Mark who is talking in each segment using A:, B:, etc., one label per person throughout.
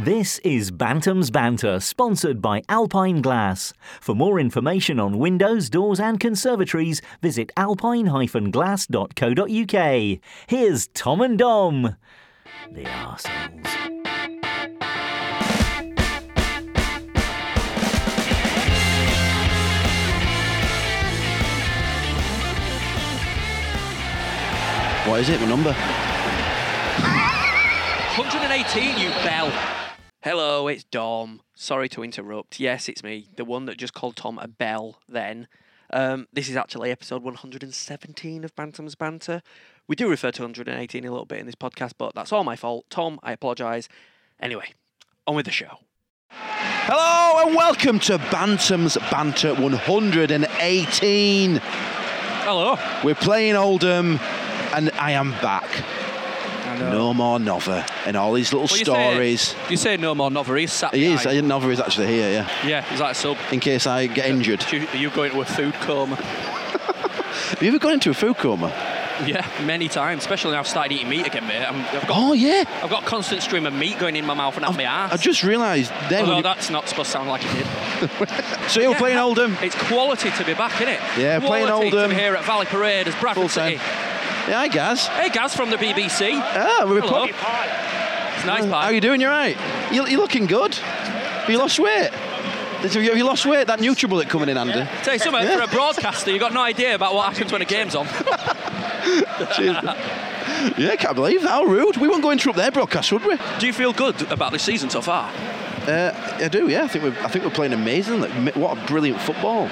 A: This is Bantam's Banter, sponsored by Alpine Glass. For more information on windows, doors, and conservatories, visit alpine-glass.co.uk. Here's Tom and Dom. The arseholes.
B: What is it? What number?
C: 118, you bell. Hello, it's Dom. Sorry to interrupt. Yes, it's me, the one that just called Tom a bell then. Um, this is actually episode 117 of Bantam's Banter. We do refer to 118 a little bit in this podcast, but that's all my fault. Tom, I apologise. Anyway, on with the show.
B: Hello and welcome to Bantam's Banter 118.
C: Hello.
B: We're playing Oldham and I am back. No more Nova and all these little stories.
C: You say no more novel, he's sat
B: He is. I didn't Nova is actually here, yeah.
C: Yeah, he's like a sub.
B: In case I get injured.
C: You, you go into a food coma.
B: Have you ever gone into a food coma?
C: Yeah, many times, especially now I've started eating meat again, mate. I'm, I've, got,
B: Oh yeah.
C: I've got a constant stream of meat going in my mouth and out my ass.
B: I just realised then.
C: Although
B: when you-
C: that's not supposed to sound like it did.
B: so you're
C: Yeah.
B: playing Oldham.
C: It's quality to be back, innit? it?
B: Yeah,
C: quality
B: playing
C: to
B: Oldham.
C: be here at Valley Parade as Bradford
B: Full time.
C: City.
B: Yeah, hi Gaz.
C: Hey, Gaz from the BBC.
B: Ah, we're
C: Hello.
B: pop-
C: It's nice
B: How
C: pie.
B: you doing? You're right. You, you're looking good. Have you lost weight? Have you have you lost weight? That NutriBullet coming in handy.
C: Tell you something, for a broadcaster, you've got no idea about what happens when a game's on.
B: Yeah, can't believe that. How rude. We won't go interrupt their broadcast, would we?
C: Do you feel good about this season so far?
B: Uh, I do. Yeah, I think we're I think we're playing amazing. Like, m- what a brilliant football.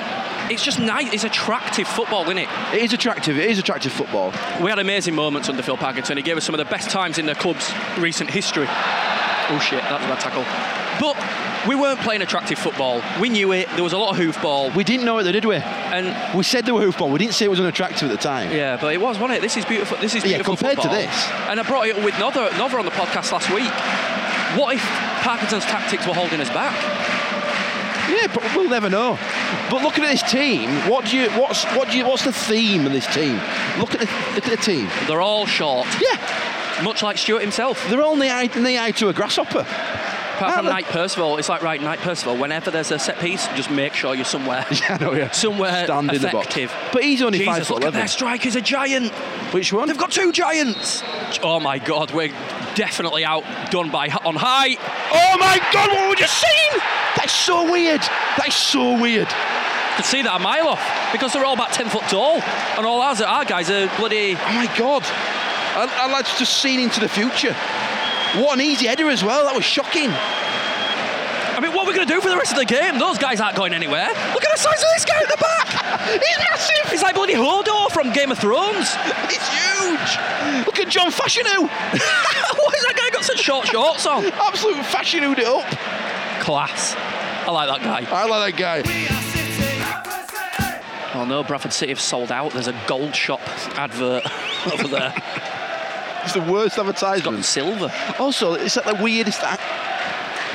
C: It's just nice. It's attractive football, isn't it?
B: It is attractive. It is attractive football.
C: We had amazing moments under Phil Parkinson. He gave us some of the best times in the club's recent history. Oh shit, that was a bad tackle. But we weren't playing attractive football. We knew it. There was a lot of hoofball.
B: We didn't know it, though, did we?
C: And
B: We said they were hoofball. We didn't say it was unattractive at the time.
C: yeah, but it was, wasn't it? This is beautiful. This is
B: Yeah,
C: beautiful
B: compared to
C: football.
B: this.
C: And I brought it up with Nother, Nother on the podcast last week. What if Parkinson's tactics were holding us back?
B: Yeah, but we'll never know. But looking at this team, what do you? What's what do you? What's the theme of this team? Look at the look at the team.
C: They're all short,
B: Yeah,
C: much like Stuart himself.
B: they're all knee high, knee high to a grasshopper.
C: Apart from
B: Ah,
C: Knight Percival, it's like right, Knight Percival. Whenever there's a set piece, just make sure you're somewhere.
B: I know, yeah.
C: Somewhere
B: Stand in the box.
C: effective.
B: But he's only
C: Jesus,
B: five foot
C: look at
B: eleven.
C: their striker's a giant.
B: Which one?
C: They've got two giants. Oh my God, we're definitely outdone by on height.
B: Oh my God! What were you seeing? That's so weird. That's so weird.
C: Could see that a mile off because they're all about ten foot tall, and all ours, our guys are bloody.
B: Oh my god! And, and that's just seen into the future. What an easy header as well. That was shocking.
C: I mean, what are we going to do for the rest of the game? Those guys aren't going anywhere. Look at the size of this guy at the back.
B: He's massive.
C: He's like bloody Hodor from Game of Thrones.
B: It's huge. Look at John Fashionou.
C: Why has that guy got such short shorts on?
B: Absolute Fashionou'd it up.
C: Class. I like that guy.
B: I like that guy.
C: Oh no, Bradford City have sold out. There's a gold shop advert over there.
B: It's the worst
C: It's got
B: advertisement.
C: silver.
B: Also, it's at the weirdest, a-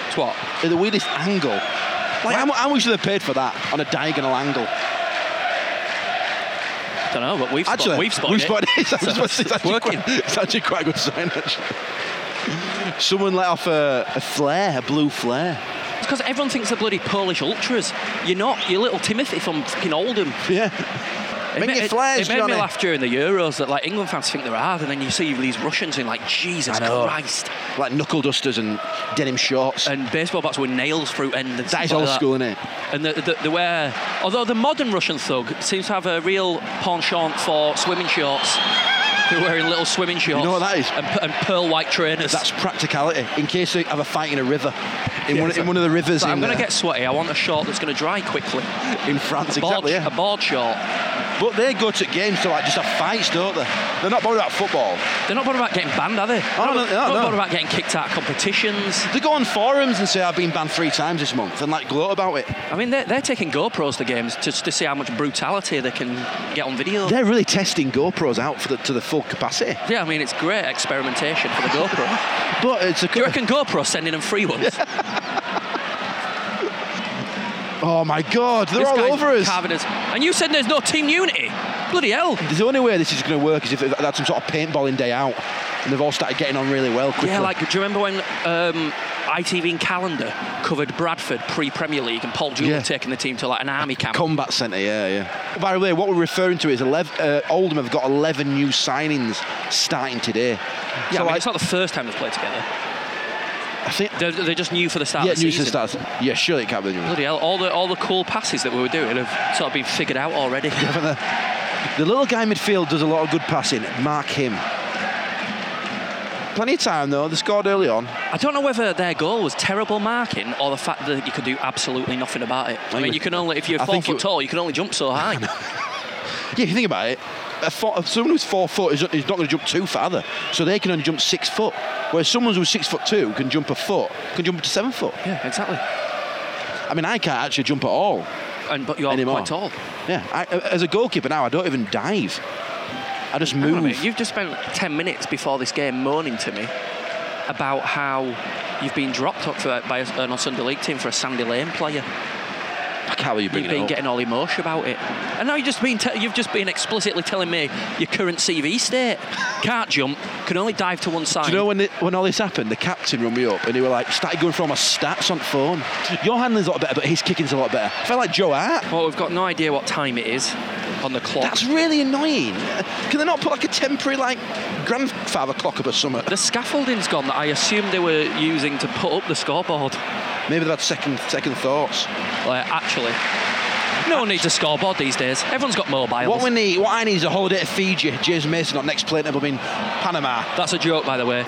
C: It's what?
B: the weirdest angle. Like, how, mu- how much have they paid for that on a diagonal angle?
C: Don't know, but we've spot-
B: Actually,
C: we've spotted,
B: we've
C: it.
B: spotted it. It's actually- it's
C: it's
B: actually
C: working.
B: quite- it's actually quite a good sign, actually. Someone let off a, a flare, a blue flare.
C: It's because everyone thinks they're bloody Polish ultras. You're not. You're little Timothy from fucking Oldham.
B: Yeah. Make
C: ma-
B: it flares,
C: it made
B: Johnny.
C: me laugh during the Euros that like England fans think they're hard, and then you see these Russians and like
B: I
C: Jesus
B: know.
C: Christ.
B: Like knuckle dusters and denim shorts.
C: And baseball bats with nails through end. And
B: that
C: stuff
B: is
C: like
B: old
C: that.
B: school, isn't it?
C: And the, the, they wear, although the modern Russian thug seems to have a real penchant for swimming shorts. They're wearing little swimming shorts.
B: what that is?
C: And, pe- and pearl white trainers.
B: That's practicality. In case they have a fight in a river, in, one, in one of the rivers
C: So
B: in,
C: I'm going
B: uh,
C: to get sweaty. I want a short that's going to dry quickly.
B: in France,
C: Board,
B: exactly.
C: A
B: Yeah.
C: board short.
B: But they go to games to like just have fights, don't they? They're not bothered about football.
C: They're not bothered about getting banned, are they?
B: Oh, no,
C: not,
B: no,
C: not
B: no.
C: bothered about getting kicked out of competitions.
B: They go on forums and say I've been banned three times this month and like gloat about it.
C: I mean, they're, they're taking GoPros to games just to see how much brutality they can get on video.
B: They're really testing GoPros out for the, to the full capacity.
C: yeah, I mean, it's great experimentation for the GoPro.
B: But it's a
C: Do you reckon GoPro's sending them free ones?
B: oh my god, they're
C: This
B: all
C: guy's
B: over us.
C: carving And you said there's no team unity. Bloody hell.
B: The only way this is going to work is if they've had some sort of paintballing day out and they've all started getting on really well quickly.
C: Yeah, like, do you remember when um, ITV and Calendar covered Bradford pre-Premier League and Paul Jewell
B: Yeah.
C: had taking the team to like an army camp.
B: Combat centre, yeah, yeah. By the way, what we're referring to is 11, uh, Oldham have got 11 new signings starting today.
C: yeah,
B: so
C: I mean,
B: I,
C: it's not the first time they've played together.
B: I think.
C: They're, they're just new for the start
B: Yeah,
C: of the
B: new
C: season.
B: stars. Yeah, surely it can't be the new.
C: Bloody hell! All the all the cool passes that we were doing have sort of been figured out already.
B: The little guy midfield does a lot of good passing. Mark him. Plenty of time though. They scored early on.
C: I don't know whether their goal was terrible marking or the fact that you could do absolutely nothing about it. I mean,
B: think-
C: you can only if you're
B: I
C: four
B: think
C: foot
B: it-
C: tall, you can only jump so high.
B: Yeah, if you think about it, a four, if someone who's four foot is, is not going to jump two foot either. So they can only jump six foot. Whereas someone who's six foot two can jump a foot, can jump up to seven foot.
C: yeah, exactly.
B: I mean, I can't actually jump at all.
C: And but you're
B: Anymore.
C: quite tall.
B: Yeah, I, as a goalkeeper now, I don't even dive. I just
C: Hang on a
B: move.
C: minute, You've just spent 10 minutes before this game moaning to me about how you've been dropped up for, by an Sunday League team for a Sandy Lane player.
B: I can't believe you're
C: You've
B: bringing it
C: been
B: up.
C: getting all emotional about it. And now you've just been te- you've just been explicitly telling me your current CV state. Can't jump, can only dive to one side.
B: Do you know when it, when all this happened? The captain rung me up and he were like, started going through all my stats on the phone. Your handling's a lot better, but his kicking's a lot better. I felt like Joe Hart.
C: well, we've got no idea what time it is on the clock.
B: That's really annoying. Can they not put like a temporary like grandfather clock up or something?
C: the scaffolding's gone that I assumed they were using to put up the scoreboard.
B: Maybe they've had second second thoughts.
C: Like, actually, no one needs a scoreboard these days. Everyone's got mobiles.
B: What we need, what I need is a holiday to Fiji. James Mason on next plane. I mean, Panama.
C: That's a joke, by the way.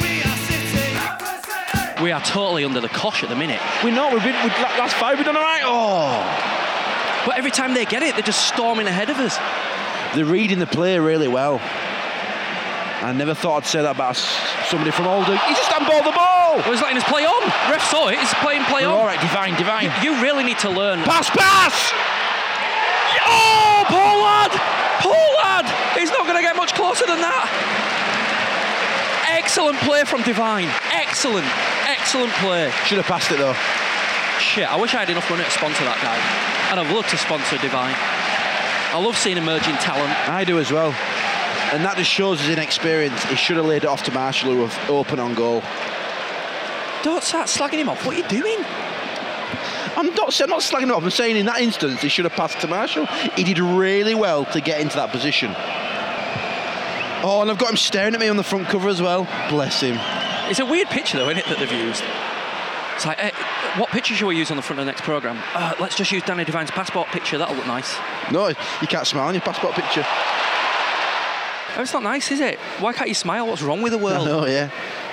C: We are totally under the cosh at the minute.
B: We know we've been. We've, that's fine. We've done all right. Oh,
C: But every time they get it, they're just storming ahead of us.
B: they're reading the play really well. I never thought I'd say that about s- somebody from Oldham. He just handballed the ball.
C: Well, he's letting us play on. Ref saw it. He's playing play
B: We're
C: on.
B: all right, divine, divine.
C: You really need to learn.
B: Pass, pass.
C: Oh, poor lad! Poor lad! He's not going to get much closer than that. Excellent play from Divine. Excellent, excellent play.
B: Should have passed it though.
C: Shit, I wish I had enough money to sponsor that guy. And I'd love to sponsor Divine. I love seeing emerging talent.
B: I do as well. And that just shows his inexperience. He should have laid it off to Marshall, who was open on goal.
C: Don't start slagging him off. What are you doing?
B: I'm not, I'm not slagging it off. I'm saying in that instance, he should have passed to Marshall. He did really well to get into that position. Oh, and I've got him staring at me on the front cover as well. Bless him.
C: It's a weird picture, though, isn't it, that they've used? It's like, eh, what picture should we use on the front of the next programme? Uh, let's just use Danny Devine's passport picture, that'll look nice.
B: No, you can't smile on your passport picture.
C: Oh, it's not nice, is it? Why can't you smile? What's wrong with the
B: Oh,
C: world?
B: no, yeah.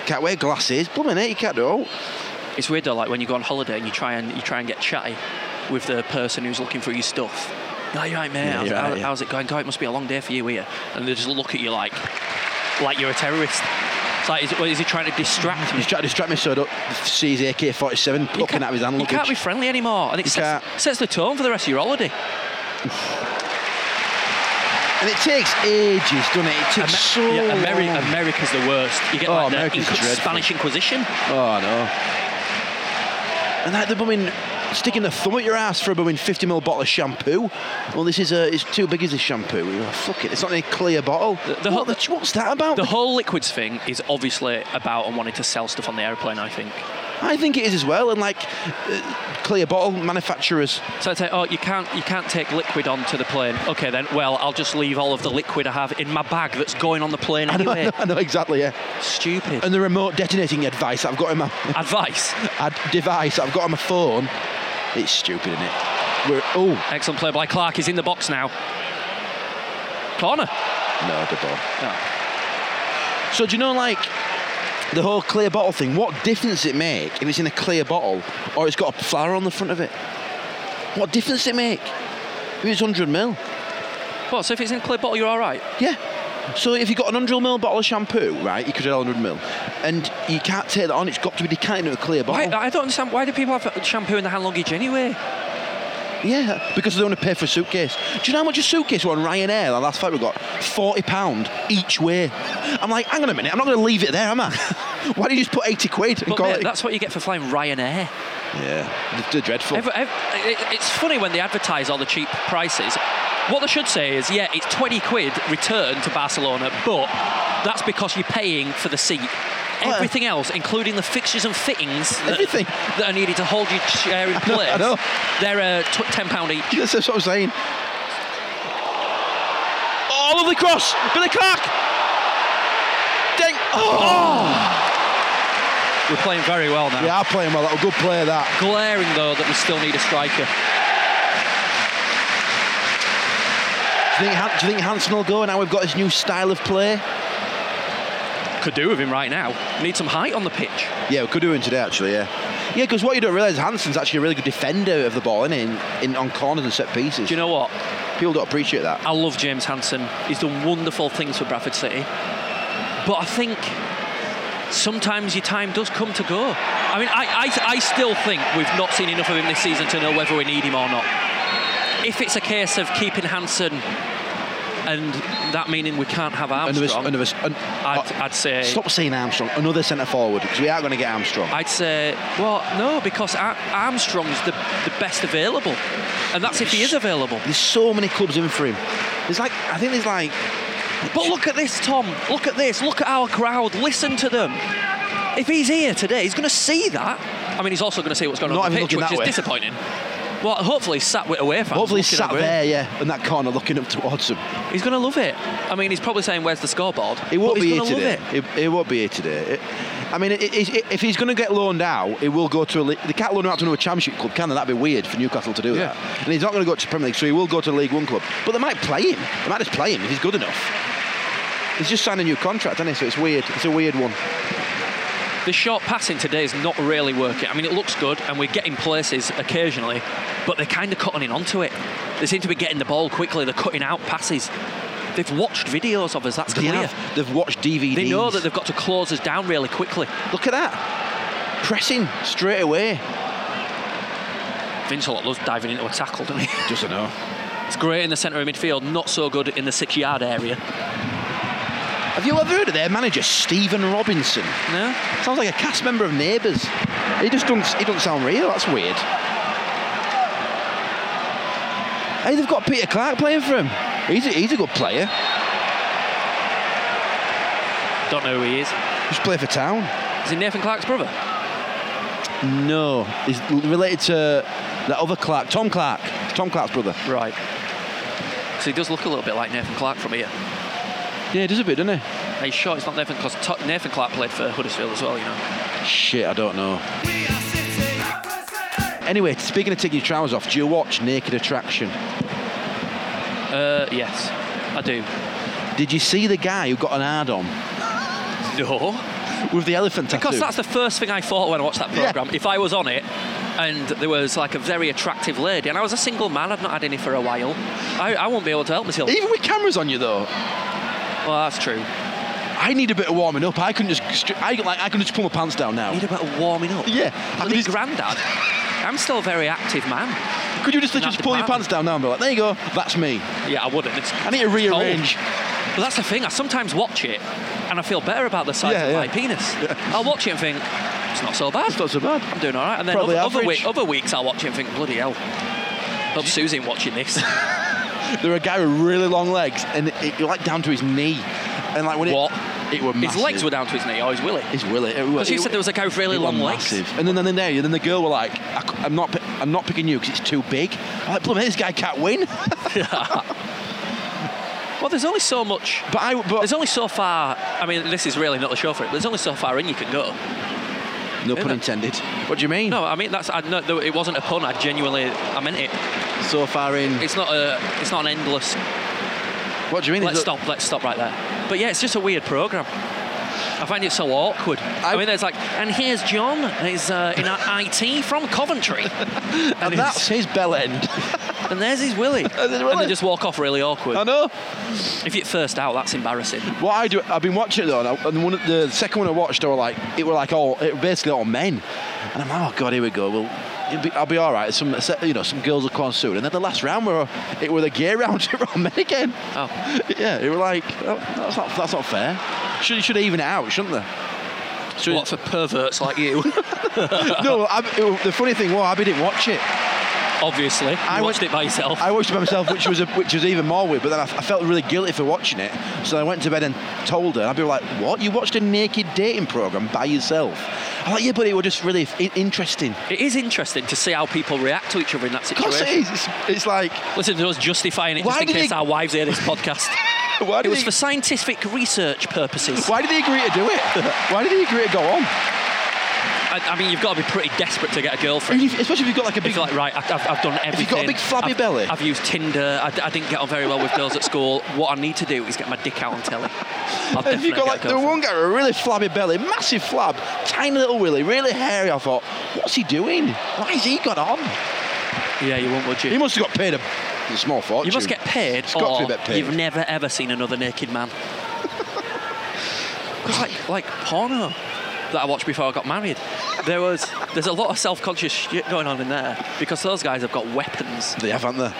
B: Can't wear glasses. Blooming it, you can't do it.
C: It's weird though, like when you go on holiday and you try and you try and get chatty with the person who's looking for your stuff. No, you're right, mate.
B: Yeah,
C: how's,
B: you're
C: how-
B: right, yeah.
C: how's it going? God, it must be a long day for you here. And they just look at you like, like you're a terrorist. It's like, is, well, is he trying to distract me?
B: He's trying to distract me so I don't see his AK-47
C: You
B: looking
C: can't-
B: at his hand
C: You
B: luggage.
C: can't be friendly anymore. And it
B: You
C: sets, sets the tone for the rest of your holiday.
B: And it takes ages, doesn't it? It takes
C: Amer-
B: so
C: yeah, Ameri-
B: long.
C: America's the worst. You get
B: Oh,
C: like the
B: America's
C: Inqui-
B: dreadful.
C: Spanish Inquisition.
B: Oh no. And like the bumming sticking the thumb at your ass for a bumming 50 ml bottle of shampoo. Well, this is a, it's too big as this shampoo. You're like, fuck it, it's not in a clear bottle.
C: the
B: what
C: ho-
B: the- what's that about?
C: The whole liquids thing is obviously about and wanting to sell stuff on the airplane, I think.
B: I think it is as well. And like uh, clear bottle manufacturers,
C: So I'd say, oh, you can't, you can't take liquid onto the plane. Okay, then. Well, I'll just leave all of the liquid I have in my bag that's going on the plane anyway.
B: I know exactly, yeah.
C: Stupid.
B: And the remote detonating advice I've got in my
C: Advice.
B: ad device I've got on my phone. It's stupid, isn't it? We're oh
C: Excellent play by Clark. He's in the box now. Corner.
B: no, good ball.
C: No.
B: So do you know like the whole clear bottle thing? What difference does it make if it's in a clear bottle or it's got a flower on the front of it? What difference does it make? If it's 100 mil,
C: What? So if it's in a clear bottle, you're all right.
B: yeah. So if you got an 100 mil bottle of shampoo, right, you could have 100 mil, and you can't take that on. It's got to be decanted in a clear
C: Why,
B: bottle.
C: I don't understand. Why do people have shampoo in the hand luggage anyway? uh-
B: yeah, because they don't want to pay for a suitcase. Do you know how much a suitcase was on Ryanair? The last flight we got, 40 pound each way. I'm like, hang on a minute, I'm not going to leave it there, am I? Why do you just put 80 quid and
C: But
B: call
C: mate,
B: it?
C: that's what you get for flying Ryanair.
B: Yeah, they're dreadful.
C: Every, ev it, it's funny when they advertise all the cheap prices. What they should say is, yeah, it's 20 quid return to Barcelona, but that's because you're paying for the seat. everything else, including the fixtures and fittings that,
B: uh, Everything.
C: that are needed to hold your chair in
B: know, I
C: place,
B: know.
C: they're uh, tw- £10 each.
B: That's what I'm saying. Oh, lovely cross. Billy Clark. Ding. Oh.
C: We're playing very well now.
B: We are playing well. That was a good play, that.
C: Glaring, though, that we still need a striker.
B: Do you think, Han- do you think Hansen will go now we've got his new style of play?
C: Could do with him right now. Need some height on the pitch.
B: Yeah, we could do him today, actually, yeah. Yeah, because what you don't realise, Hansen's actually a really good defender of the ball, isn't he? In, in, on corners and set pieces.
C: Do you know what?
B: People don't appreciate that.
C: I love James Hansen. He's done wonderful things for Bradford City. But I think sometimes your time does come to go. I mean, I, I, I still think we've not seen enough of him this season to know whether we need him or not. If it's a case of keeping Hansen and that meaning we can't have
B: Another,
C: Armstrong,
B: another, an,
C: I'd, I'd say.
B: oh, stop saying Armstrong. Another centre forward, because we are going to get Armstrong.
C: I'd say, well, no, because Ar- Armstrong's the, the best available. And that's if he is available.
B: There's so many clubs in for him. There's like, I think there's like,
C: But look at this, Tom. Look at this. Look at our crowd. Listen to them. If he's here today, he's going to see that. I mean, he's also going to see what's going on
B: Not
C: on the
B: even
C: pitch,
B: looking
C: which
B: that
C: is
B: way.
C: disappointing. Well, hopefully he's sat with away fans.
B: hopefully
C: looking
B: he's sat
C: away.
B: there, yeah, in that corner looking up towards him.
C: He's going to love it. I mean, he's probably saying, "Where's the scoreboard?"
B: He won't
C: but
B: be
C: he's
B: here
C: going to love
B: today.
C: it.
B: He, he won't be here today. It- I mean, it, it, it- if he's going to get loaned out, he will go to a. le- They can't loan him out to another Championship club, can they? That'd be weird for Newcastle to do
C: Yeah.
B: that. And he's not going to go to Premier League, so he will go to a League One club. But they might play him. They might just play him if he's good enough. He's just signed a new contract, hasn't he? So it's weird. It's a weird one.
C: The short passing today is not really working. I mean, it looks good, and we're getting places occasionally, but they're kind of cutting in onto it. They seem to be getting the ball quickly. They're cutting out passes. They've watched videos of us. That's
B: They
C: clear.
B: have. They've watched DVDs.
C: They know that they've got to close us down really quickly.
B: Look at that. Pressing straight away.
C: Vince a lot loves diving into a tackle, doesn't he?
B: Just don't know.
C: It's great in the centre of midfield, not so good in the six yard area.
B: Have you ever heard of their manager, Stephen Robinson?
C: No?
B: Sounds like a cast member of Neighbours. He just do not He doesn't sound real. That's weird. Hey, they've got Peter Clark playing for him. He's a, he's a good player.
C: Don't know who he is.
B: Just play for Town.
C: Is he Nathan Clark's brother?
B: No, he's related to that other Clark, Tom Clark. Tom Clark's brother.
C: Right. So he does look a little bit like Nathan Clark from here.
B: Yeah, he does a bit, doesn't
C: Are you sure it's not Nathan? Because Nathan Clark played for Huddersfield as well, you know.
B: he? Shit, I don't know. Anyway, speaking of taking your trousers off, do you watch Naked Attraction?
C: Uh, yes, I do.
B: Did you see the guy who got an hard on
C: No.
B: with the elephant tattoo?
C: Because that's the first thing I thought when I watched that
B: Yeah.
C: programme. If I was on it and there was like a very attractive lady, and I was a single man, I'd not had any for a while, I, I won't be able to help myself.
B: Even with cameras on you though,
C: Well, that's true.
B: I need a bit of warming up. I can just, stri- I like, I can just pull my pants down now.
C: Need about warming up.
B: Yeah, I
C: Bloody
B: could, just,
C: grandad. I'm still a very active man.
B: could you just literally
C: that
B: just pull your pants
C: department.
B: down now and be like, there you go, that's me.
C: Yeah, I wouldn't. It's,
B: I need to rearrange.
C: but that's the thing. I sometimes watch it and I feel better about the size
B: Yeah,
C: of
B: yeah.
C: my penis. I'll watch it and think it's not so bad.
B: It's not so bad.
C: I'm doing all right. And then
B: Probably
C: other, other,
B: average.
C: week, other weeks I'll watch it and think bloody hell. Hope Susan watching this.
B: There were a guy with really long legs and it, it like down to his knee. And like when it,
C: What?
B: it were massive.
C: His legs were down to his knee. Oh, he's willy.
B: His willy. uh,
C: Because you said there was a guy with really long legs.
B: Massive. And then, then, then, there, and then the girl were like, I, c- I'm not, pi- I'm not picking you because it's too big. I'm like, bloody hell, this guy can't win.
C: Well, there's only so much.
B: But I, but
C: There's only so far. I mean, this is really not the show for it. But there's only so far in you can go.
B: no pun
C: Yeah.
B: intended. What do you mean?
C: No, I mean that's. I, no, it wasn't a pun. I genuinely. I meant it.
B: So far in.
C: It's not a. It's not an endless
B: what do you mean?
C: Let's
B: There's no-
C: stop. Let's stop right there. But yeah, it's just a weird program. I find it so awkward. I,
B: I-
C: mean, there's like, and here's John. and He's uh, in our IT from Coventry, and,
B: And
C: he's-
B: that's his bell end.
C: and there's his Willie.
B: his Um,
C: and they
B: Willy.
C: just walk off really awkward.
B: I know.
C: if you first out, that's embarrassing.
B: What I do, I've been watching it though, and, I, and one, of- the second one I watched, they were like, it were like all, it were basically all men, and I'm like, oh god, here we go. Well, it'll be, I'll be all right. Some, you know, some girls will come on soon, and then the last round were, it were the gay round, it were all men again.
C: Oh,
B: Yeah, it were like, oh, that's not, that's not fair. Should, should even it out, shouldn't they? Should,
C: what for perverts like you?
B: no, I, it, the funny thing was, Abby didn't watch it.
C: obviously. You
B: I
C: watched
B: went-
C: it by yourself.
B: I watched it by myself, which was a, which was even more weird. But then I, f- I felt really guilty for watching it, so I went to bed and told her. And I'd be like, "What? You watched a naked dating program by yourself?" I'm like, "Yeah, but it was just really f- interesting."
C: it is interesting to see how people react to each other in that
B: Of course it
C: situation.
B: is. It's, it's like,
C: Listen to us justifying it
B: Why
C: just in
B: did
C: case
B: he-
C: our wives hear this podcast.
B: why
C: it
B: did
C: was
B: he,
C: for scientific research purposes.
B: why did he agree to do it? why did he agree to go on?
C: I, I mean, you've got to be pretty desperate to get a girlfriend.
B: If- Especially if you've got like a big
C: If you're like, right, I- I've, I've done everything.
B: you've got a big flabby
C: I've-
B: belly.
C: I've used Tinder. I, d- I didn't get on very well with girls at school. What I need to do is get my dick out on telly. I'll
B: If you
C: definitely
B: got
C: get
B: like the
C: a girlfriend.
B: one guy with a really flabby belly, massive flab, tiny little willy, really hairy, I thought, what's he doing? Why has he got on?
C: Yeah, you won't, would you?
B: He
C: You
B: must have got paid a, a small fortune.
C: must get paid,
B: It's got to
C: or
B: be a bit paid.
C: you've never ever seen another naked man. 'Cause like, like porno that I watched before I got married, there was there's a lot of self-conscious shit going on in there because those guys have got weapons,
B: They have, haven't they?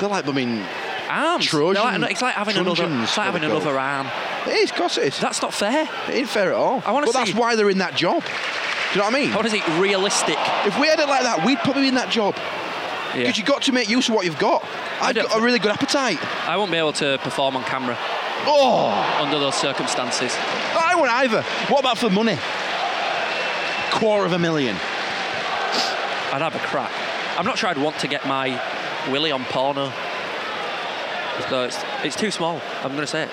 B: They're like, I mean,
C: arms.
B: Trojan-
C: They're like- it's like having another,
B: Trojans,
C: it's like
B: what
C: having
B: they're
C: another arm.
B: it is, of course it is.
C: That's not fair.
B: It ain't fair at all.
C: I wanna
B: but that's
C: see-
B: why they're in that job. Do you know what I mean?
C: How does it realistic?
B: If we had it like that, we'd probably be in that job.
C: Yeah.
B: Because you've got to make use of what you've got. I've
C: don't-
B: got a really good appetite.
C: I won't be able to perform on camera
B: Oh,
C: under those circumstances.
B: I won't either. What about for money? Quarter of a million.
C: I'd have a crack. I'm not sure I'd want to get my willy on porno. So it's, it's too small. I'm going to say it.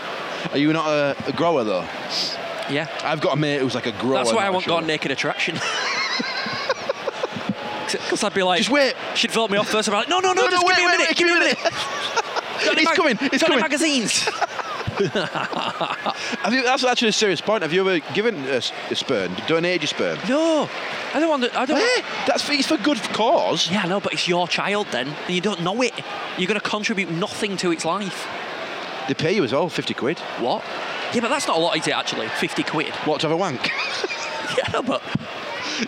B: Are you not a, a grower though?
C: Yeah.
B: I've got a mate who's like a grower.
C: That's why I
B: not a
C: won't go
B: shower.
C: on naked attraction. Because I'd be like,
B: Just wait.
C: She'd vote me off first. I'm like, no, no, no,
B: No, no,
C: just give
B: wait,
C: me a
B: wait,
C: minute.
B: wait,
C: give me a minute. Got any
B: It's
C: mag-
B: coming, it's
C: got
B: coming.
C: any magazines.
B: Have you, that's actually a serious point. Have you ever given a, s- a sperm, donated your sperm?
C: no, I don't want to. I don't.
B: Eh, that's for, it's for good cause.
C: Yeah, no, but it's your child then, and you don't know it. You're going to contribute nothing to its life.
B: They pay you as well, 50 quid.
C: What? Yeah, but that's not a lot, is it? Actually, fifty quid.
B: What, to have a wank?
C: Yeah, no, but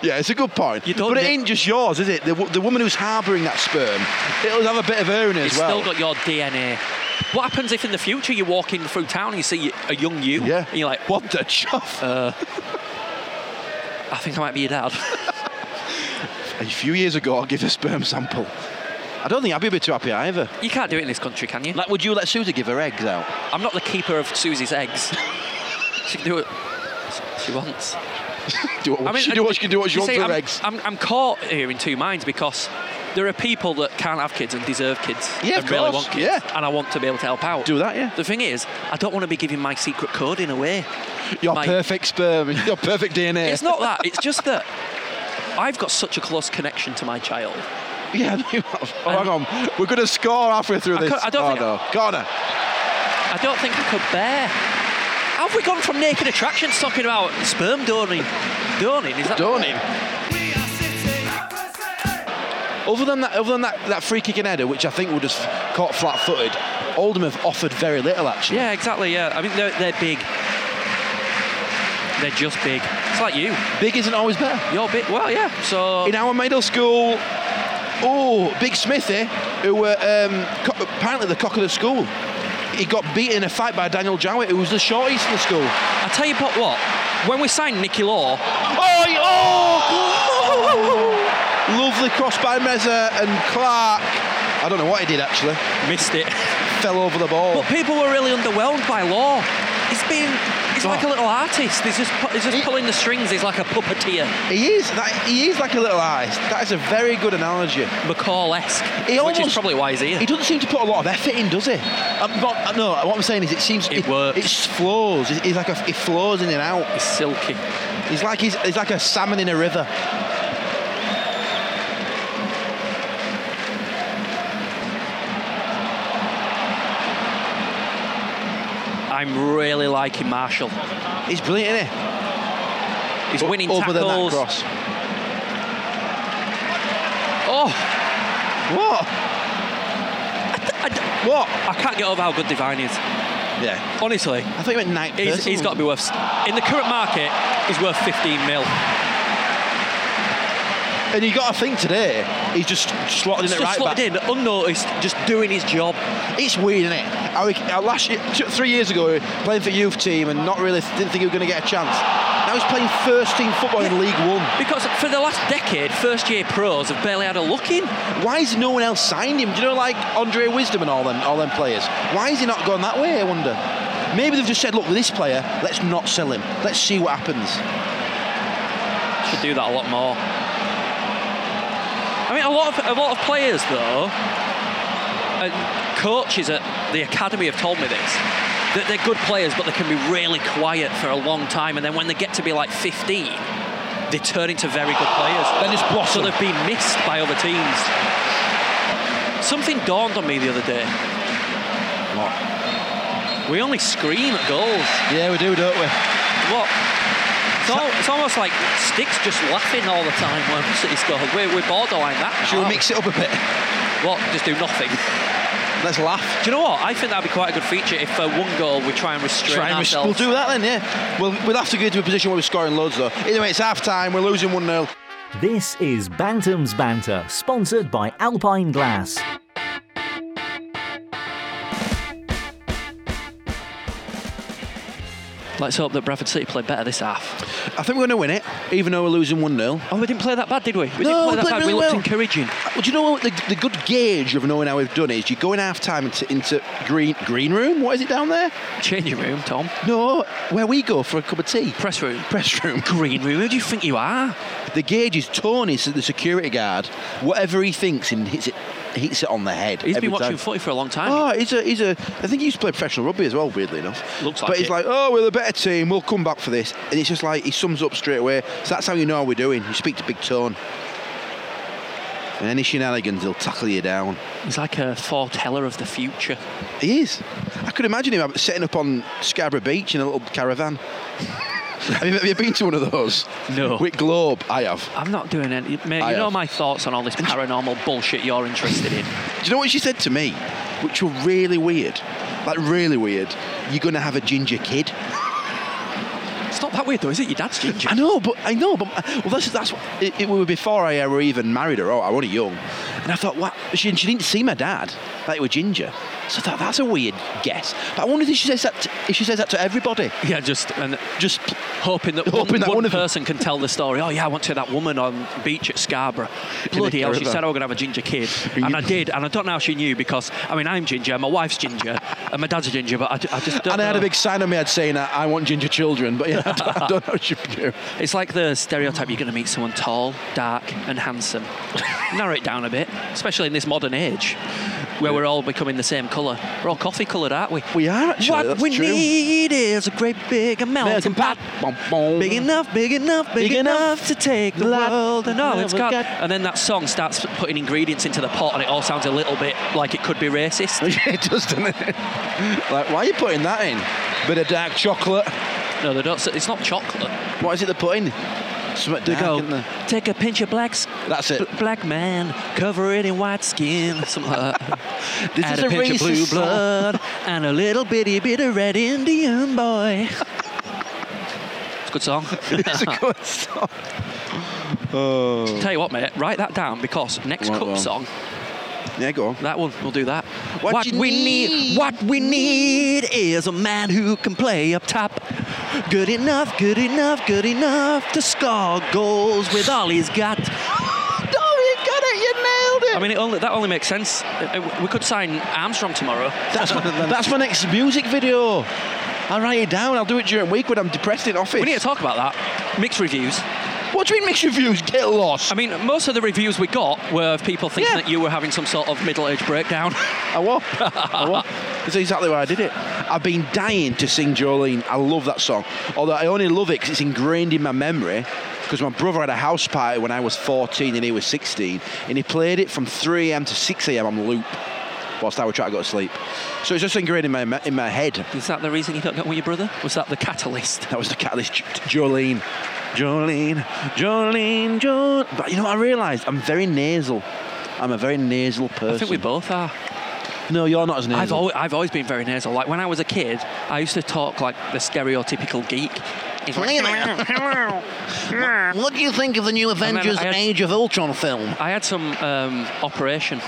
B: yeah, it's a good point.
C: You don't
B: but it
C: get-
B: ain't just yours, is it? The, wo- the woman who's harbouring that sperm, it'll have a bit of her in it
C: It's
B: as well.
C: still got your DNA. What happens if in the future you're walking through town and you see a young you?
B: yeah.
C: And you're like, uh,
B: what the chuff?
C: I think I might be your dad.
B: a few years ago, I gave a sperm sample. I don't think I'd be a bit too happy either.
C: you can't do it in this country, can you?
B: Like, would you let Susie give her eggs out?
C: I'm not the keeper of Susie's eggs. she can do it. She wants.
B: Do what, she, do what she can do what she
C: you
B: wants
C: see,
B: with her
C: I'm,
B: eggs.
C: I'm, I'm caught here in two minds because there are people that can't have kids and deserve kids.
B: Yeah,
C: and
B: of
C: really
B: course,
C: want kids.
B: yeah.
C: And I want to be able to help out.
B: Do that, yeah.
C: The thing is, I don't want to be giving my secret code in a way.
B: Your
C: my-
B: perfect sperm, your perfect DNA.
C: It's not that. It's just that I've got such a close connection to my child.
B: Yeah, they- oh, hang on. We're going to score halfway through
C: I
B: this.
C: can't- I don't
B: oh,
C: think-
B: no. Corner.
C: I don't think I could bear. Have we gone from naked attractions talking about sperm doning? Doning is that?
B: Donning. Other than that, other than that, that free kick and header, which I think were just caught flat-footed, Oldham have offered very little actually.
C: Yeah, exactly. Yeah, I mean they're, they're big. They're just big. It's like you.
B: Big isn't always better.
C: You're big. Well, yeah. So
B: In our middle school, oh, Big Smithy, who were um, co- apparently the cock of the school, he got beaten in a fight by Daniel Jowett, who was the shortest in the school.
C: I tell you what, what? When we signed Nicky Law,
B: Oh, he- oh! Lovely cross by Meza and Clark. I don't know what he did actually.
C: missed it.
B: Fell over the ball.
C: But people were really underwhelmed by Law. He's been. He's like a little artist. He's just pu- he's just
B: He-
C: pulling the strings. He's like a puppeteer,
B: He is. That, he is like a little ice. That is a very good analogy.
C: McCall-esque,
B: He
C: which
B: almost-
C: is probably why he's here.
B: He doesn't seem to put a lot of effort in, does he? I'm not, Um, uh, no, what I'm saying is it seems
C: It works.
B: It flows. He's he's like a, it flows in and out.
C: He's silky.
B: He's like he's, he's like a salmon in a river.
C: I'm really liking Marshall.
B: He's brilliant, isn't he?
C: He's
B: O-
C: winning
B: over
C: tackles.
B: than that cross.
C: Oh,
B: What?
C: I, d-
B: What?
C: I can't get over how good Divine is.
B: Yeah.
C: Honestly,
B: I thought you meant night.
C: he's,
B: person.
C: he's got to be worth. In the current market, he's worth 15 mil.
B: And you got to think today. He's just slotted in
C: Just
B: it right back.
C: slotted in, unnoticed, just doing his job.
B: It's weird, isn't it? How he, how last year, two, three years ago, playing for youth team and not really didn't think he was going to get a chance. Now he's playing first team football in League One.
C: Because for the last decade, first year pros have barely had a look in.
B: Why has no one else signed him? Do you know, like Andre Wisdom and all them, all them players? Why has he not gone that way? I wonder. Maybe they've just said, look, with this player, let's not sell him. Let's see what happens.
C: Should do that a lot more. I mean, a lot of a lot of players though, and coaches at the academy have told me this that they're good players, but they can be really quiet for a long time, and then when they get to be like 15, they turn into very good players.
B: Then just blossom.
C: So they've been missed by other teams. Something dawned on me the other day. We only scream at goals.
B: Yeah, we do, don't we?
C: What? It's, al- it's almost like sticks just laughing all the time when City scored. We're, we're borderline that.
B: Should we
C: now.
B: mix it up a bit?
C: What? Just do nothing.
B: Let's laugh.
C: Do you know what? I think that'd be quite a good feature if for one goal we try and restrain
B: Try and res- we'll
C: ourselves.
B: do that then, yeah. We'll, we'll have to get to a position where we're scoring loads, though. Either way, it's half time, we're losing 1 0.
A: This is Bantam's Banter, sponsored by Alpine Glass.
C: Let's hope that Bradford City play better this half.
B: I think we're going to win it, even though we're losing 1 0.
C: Oh, we didn't play that bad, did we? We
B: No, we
C: didn't play that
B: played
C: bad.
B: really
C: we looked
B: well.
C: encouraging.
B: Well, do you know what the, the good gauge of knowing how we've done is? You go in half time into, into green green room. What is it down there?
C: Changing room, Tom.
B: No, where we go for a cup of tea.
C: Press room.
B: Press room.
C: Green room. Who do you think you are?
B: The gauge is Tony, so the security guard. Whatever he thinks and hits it, hits it on the head.
C: He's
B: every
C: been watching
B: time.
C: footy for a long time.
B: Oh, he's a he's a. I think he used to play professional rugby as well. Weirdly enough,
C: Looks
B: But
C: like
B: he's
C: it.
B: like, oh, we're the better team. We'll come back for this, and it's just like he sums up straight away. So that's how you know how we're doing. You speak to Big Tone, and any shenanigans, he'll tackle you down.
C: He's like a foreteller of the future.
B: He is. I could imagine him sitting up on Scarborough Beach in a little caravan. have, you, have you been to one of those?
C: No.
B: With Globe, I have.
C: I'm not doing any. Mate,
B: I
C: you know
B: have.
C: my thoughts on all this paranormal bullshit you're interested in.
B: Do you know what she said to me? Which were really weird. Like, really weird. You're going to have a ginger kid.
C: It's not that weird though, is it? Your dad's ginger.
B: I know, but I know, but well, that's that's what- it, it was before I ever even married her. Oh, I was young, and I thought, what? She, she didn't see my dad. Like it was ginger, so I thought that's a weird guess. But I wonder if she says that to, if she says that to everybody.
C: Yeah, just and
B: Just
C: hoping that
B: Hoping
C: one,
B: that
C: one
B: one of them-
C: person can tell the story. Oh yeah, I went to that woman on the beach at Scarborough. Bloody hell, she
B: caravan.
C: said I was gonna have a ginger kid, and I did, and I don't know how she knew because I mean I'm ginger, my wife's ginger, and my dad's a ginger, but I, ju- I just don't.
B: and I had
C: know.
B: a big sign on me had saying I want ginger children, but yeah, I don't, I don't know what she knew.
C: It's like the stereotype you're gonna meet someone tall, dark, and handsome. Narrow it down a bit, especially in this modern age where we're all becoming the same colour. We're all coffee coloured, aren't we?
B: We are actually.
C: What
B: that's
C: we
B: true.
C: need is a great big American pot.
B: Bum, bum.
C: Big enough, big enough, big,
B: Big
C: enough,
B: enough
C: to take the
B: love
C: world and all
B: never
C: it's got.
B: got.
C: And then that song starts putting ingredients into the pot, and it all sounds a little bit like it could be racist.
B: it does, doesn't it? Like, why are you putting that in? Bit of dark chocolate.
C: no, they don't. It's not chocolate.
B: What is it they're putting? Something
C: They
B: dark,
C: go,
B: isn't there?
C: take a pinch of black, s-
B: That's it.
C: b- black man, cover it in white skin, something like that.
B: This
C: Add
B: is
C: a
B: a
C: pinch of
B: racist
C: blue
B: song.
C: blood and a little bitty bit of red Indian boy. it's a good song.
B: it's a good song. Oh.
C: Tell you what, mate, write that down because next
B: Right,
C: cup
B: well.
C: song,
B: Yeah, go on.
C: that one, we'll do that.
B: What you
C: we
B: need.
C: what we need is a man who can play up top. Good enough, good enough, good enough to score goals with all he's got.
B: Oh, you got it. You nailed it.
C: I mean, it only, that only makes sense. Uh, uh, We could sign Armstrong tomorrow.
B: that's, my, that's my next music video. I'll write it down. I'll do it during week when I'm depressed in office.
C: We need to talk about that. Mixed reviews.
B: what do you mean mixed reviews? Get lost.
C: I mean, most of the reviews we got were of people thinking
B: Yeah.
C: that you were having some sort of middle-aged breakdown.
B: I was. I was. That's exactly why I did it. I've been dying to sing Jolene. I love that song. Although I only love it because it's ingrained in my memory. Because my brother had a house party when I was 14 and he was 16, and he played it from 3 a.m. to 6 a.m. on loop whilst I would try to go to sleep. So it's just ingrained in my in my head.
C: Is that the reason you don't get on with your brother? Was that the catalyst?
B: That was the catalyst. J- Jolene. Jolene. Jolene. Jolene. But you know what I realised? I'm very nasal. I'm a very nasal person.
C: I think we both are.
B: No, you're not as nasal.
C: I've always, I've always been very nasal. Like when I was a kid, I used to talk like the stereotypical geek. It's like,
B: What do you think of the new Avengers
C: I had-
B: Age of Ultron film?
C: I had some um, operation.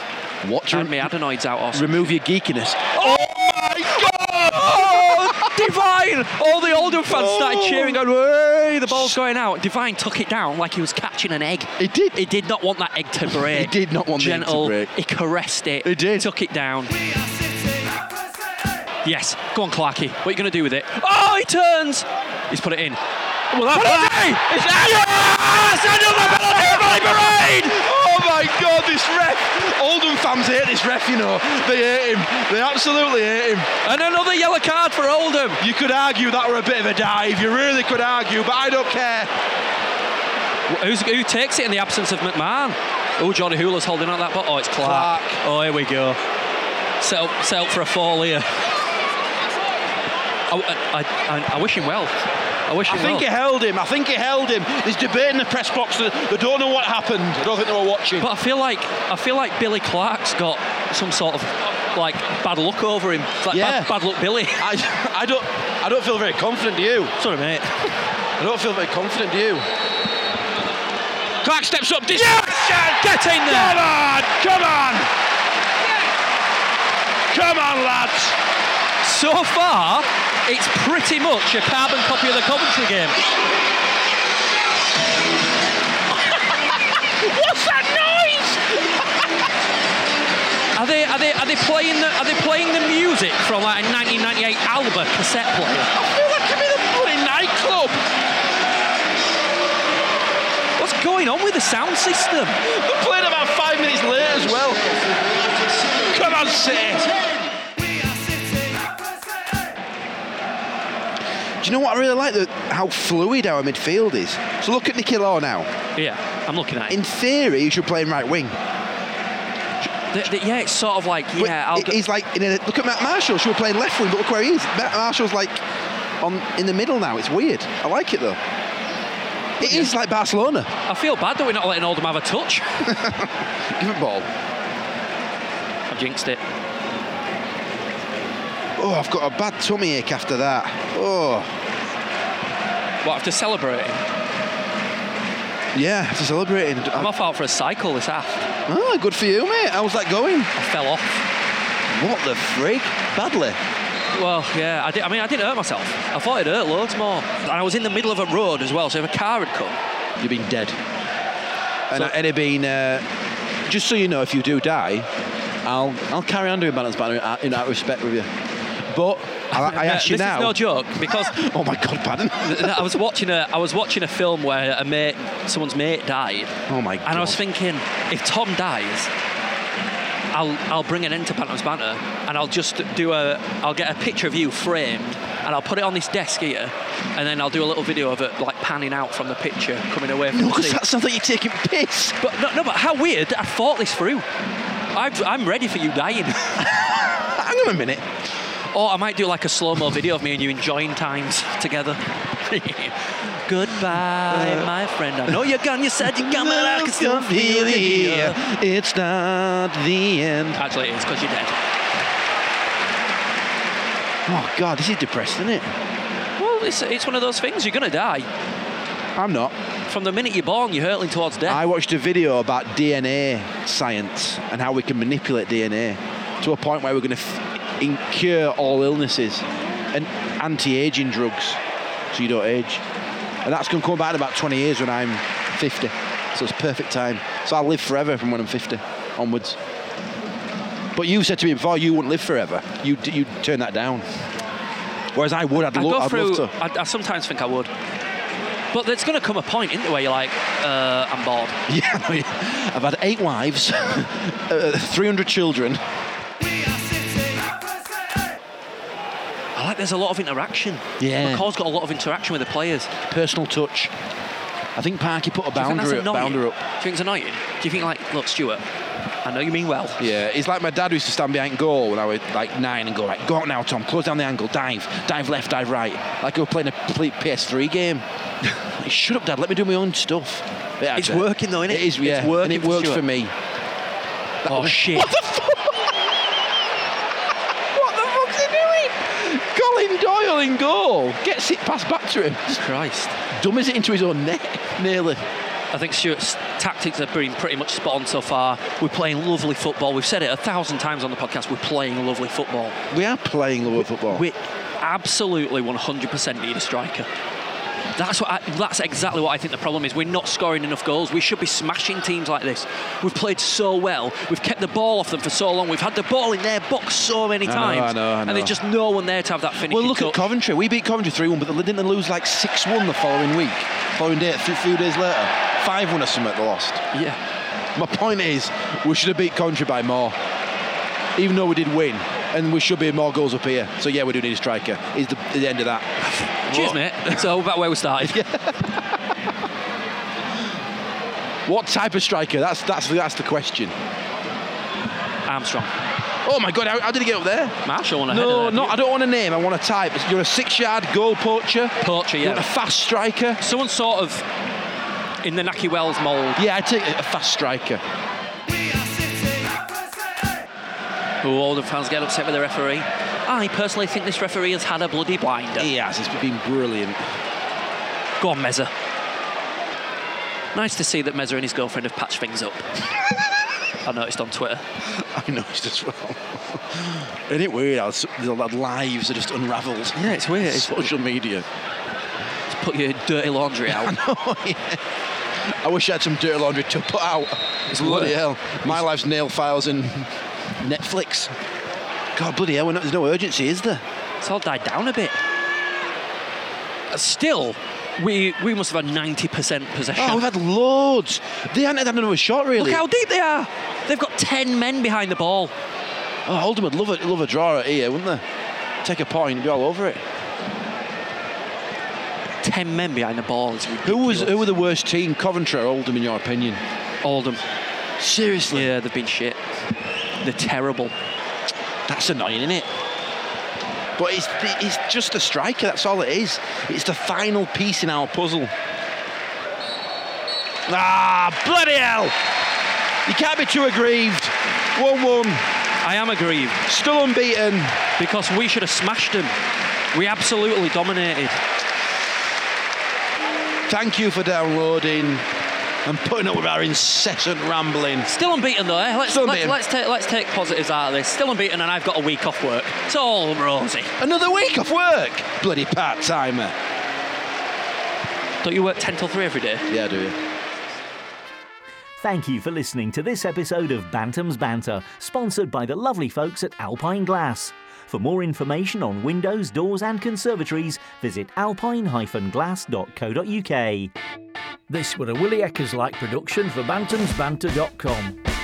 B: What?
C: Turned my adenoids out or something.
B: remove your geekiness. Oh my god!
C: Divine! All the Oldham fans started
B: Oh.
C: cheering, going, "Way!" The ball's going out. Divine took it down like he was catching an egg.
B: He did.
C: He did not want that egg to break.
B: He did not want the egg to
C: Gentle.
B: break.
C: He caressed it.
B: He did.
C: Took it down. Yes. Go on, Clarkey. What are you going to do with it? Oh, he turns. He's put it in. Well, that's penalty! It's yes! Another penalty volley parade!
B: Oh my god, this ref! Oldham fans hate this ref, you know. They hate him. They absolutely hate him.
C: And another yellow card for Oldham.
B: You could argue that were a bit of a dive. You really could argue, but I don't care.
C: Who's, who takes it in the absence of McMahon? Oh, Johnny Hula's holding on that ball. Oh, it's Clark.
B: Clark.
C: Oh, here we go. Set up, set up for a fall here. I, I, I, I wish him well. I wish him
B: I think
C: well.
B: it held him. I think it held him. There's debate in the press box. They they don't know what happened. I don't think they were watching.
C: But I feel like I feel like Billy Clark's got some sort of like bad luck over him. It's Like
B: Yeah.
C: bad, bad luck, Billy.
B: I, I don't I don't feel very confident, do you?
C: Sorry, mate.
B: I don't feel very confident, do you?
C: Clark steps up. Dis- Get in there.
B: on! Come on! Come on, lads!
C: So far, it's pretty much a carbon copy of the Coventry game.
B: What's that noise?
C: Are they are they are they playing the are they playing the music from like a 1998 Alba cassette player?
B: I feel like I'm in a bloody nightclub.
C: What's going on with the sound system?
B: They're playing about five minutes late as well. Come on, City. Do you know what I really like? The, how fluid our midfield is. So look at Nicky Law now.
C: Yeah, I'm looking at it.
B: In theory, he should play in right wing.
C: The- the- yeah, it's sort of like
B: But
C: yeah. I'll
B: he-
C: go,
B: he's like, in a, look at Matt Marshall. She was playing left wing, but look where he is. Matt Marshall's like on in the middle now. It's weird. I like it though. It is like Barcelona.
C: I feel bad that we're not letting Oldham have a touch.
B: Give it ball.
C: I've jinxed it.
B: Oh, I've got a bad tummy ache after that. Oh,
C: What after celebrating?
B: yeah, after celebrating.
C: I'm off out for a cycle this half.
B: Oh, good for you, mate. How's that going?
C: I fell off.
B: What the frig? Badly.
C: Well, yeah, I, did, I mean, I didn't hurt myself. I thought it hurt loads more. And I was in the middle of a road as well, so if a car had come,
B: You've been dead. And,
C: So-
B: and it been. Uh, just so you know, if you do die, I'll I'll carry on doing balance banner out- in out of respect with you. But I, I
C: Yeah,
B: ask you
C: this
B: now.
C: is no joke because
B: oh my God, pardon.
C: th- I was watching a I was watching a film where a mate, someone's mate died,
B: oh my God.
C: and I was thinking, if Tom dies, I'll I'll bring an end to Pantom's Banter, and I'll just do a I'll get a picture of you framed, and I'll put it on this desk here, and then I'll do a little video of it like panning out from the picture coming away from
B: no,
C: the
B: because
C: scene.
B: that sounds like you're taking piss.
C: But no, no, but how weird! that I thought this through. I've, I'm ready for you dying.
B: Hang on a minute.
C: or I might do like a slow mo video of me and you enjoying times together. Goodbye, my friend. I know you're gone. You said you're coming. I can still feel you here.
B: It's not the end.
C: Actually, it is because you're dead.
B: Oh God, this is depressing, isn't it?
C: Well, it's, it's one of those things. You're gonna die.
B: I'm not.
C: From the minute you're born, you're hurtling towards death.
B: I watched a video about DNA science and how we can manipulate DNA to a point where we're going to f- in- cure all illnesses and anti-aging drugs so you don't age. And that's going to come back in about 20 years when I'm 50. So it's perfect time. So I'll live forever from when I'm 50 onwards. But you said to me before you wouldn't live forever. You d- you turn that down. Whereas I would. I'd,
C: I
B: lo-
C: go
B: I'd
C: through.
B: love to.
C: I, I sometimes think I would. But there's gonna come a point, isn't there, where you're like, uh, I'm bored.
B: Yeah, I know, Oh, yeah. I've had eight wives, uh, 300 children.
C: I like. There's a lot of interaction.
B: Yeah.
C: McCall's got a lot of interaction with the players.
B: personal touch. I think Parky put a
C: Do you think that's
B: boundary up,
C: annoying?
B: bounder up.
C: Do you think it's annoying? Do you think like, look, Stuart, I know you mean well.
B: Yeah, it's like my dad who used to stand behind goal when I was like nine and go like, go out now, Tom, close down the angle, dive, dive left, dive right, like we were playing a complete PS3 game. like, Shut up, Dad, let me do my own stuff. Yeah,
C: It's
B: I'd say.
C: working though, innit?
B: It is,
C: It's
B: yeah,
C: working
B: and it
C: for
B: works
C: Stuart.
B: for me.
C: Oh shit!
B: What the fuck's he doing? Colin Doyle in goal gets it passed back to him,
C: Christ!
B: dummies it into his own net, nearly.
C: I think Stuart's tactics have been pretty much spot on so far. We're playing lovely football. We've said it a thousand times on the podcast. We're playing lovely football.
B: We are playing lower football.
C: We absolutely 100% need a striker. That's what. I, that's exactly what I think the problem is. We're not scoring enough goals. We should be smashing teams like this. We've played so well. We've kept the ball off them for so long. We've had the ball in their box so many
B: know,
C: times,
B: I know, I know.
C: and there's just no one there to have that finishing.
B: well, look at
C: touch.
B: Coventry. We beat Coventry 3 1, but they didn't lose like 6 1 the following week, following day, a few- few days later. 5 1 or something they lost.
C: yeah.
B: My point is, we should have beat Coventry by more, even though we did win, and we should be more goals up here. So, yeah, we do need a striker, is the, the end of that.
C: Cheers, mate. So about where we started.
B: What type of striker? That's, that's, the, that's the question.
C: Armstrong,
B: Oh my god, how, how did he get up there?
C: Marshall, want to
B: No, no, I don't want a name. I want a type. You're a six-yard goal poacher.
C: Poacher,
B: You want a
C: yeah.
B: fast striker.
C: Someone sort of in the Naki Wells mould.
B: Yeah, I take a fast striker.
C: who all the fans get upset with the referee. I personally think this referee has had a bloody blinder.
B: He has. He's been brilliant.
C: Go on, Meza. Nice to see that Meza and his girlfriend have patched things up. I noticed on Twitter.
B: I noticed as well. Isn't it weird how s- the the lives are just unravelled?
C: Yeah, it's weird.
B: Social media.
C: Put your dirty laundry out.
B: I wish I had some dirty laundry to put out. It's bloody
C: work.
B: hell. My life's nail files and Netflix. God, bloody hell, we're not, there's no urgency, is there?
C: it's all died down a bit. Still, we we must have had 90% possession.
B: Oh, we've had loads. They haven't had another shot, really.
C: Look how deep they are. They've got 10 men behind the ball.
B: Oh, Oldham would love a, love a draw at here, wouldn't they? Take a point and be all over it.
C: 10 men behind the ball. It's
B: Who was
C: ridiculous.
B: who were the worst team, Coventry or Oldham, in your opinion?
C: Oldham.
B: Seriously,
C: Yeah, they've been shit. They're terrible.
B: that's annoying, isn't it? But it's it's just a striker. That's all it is. It's the final piece in our puzzle. Ah, bloody hell! You can't be too aggrieved. One-one,
C: I am aggrieved.
B: still unbeaten.
C: because we should have smashed them. We absolutely dominated.
B: Thank you for downloading and putting up with our incessant rambling.
C: Still unbeaten though. Eh? Let's
B: Still
C: let's,
B: unbeaten.
C: let's take let's take positives out of this. Still unbeaten, and I've got a week off work. It's all rosy.
B: Another week off work. Bloody part-timer.
C: Don't you work ten till three every day?
B: Yeah, I do you?
A: Thank you for listening to this episode of Bantam's Banter, sponsored by the lovely folks at Alpine Glass. For more information on windows, doors, and conservatories, visit alpine-glass.co.uk.
D: This were a Willie Eckers like production for bantamsbanter.com.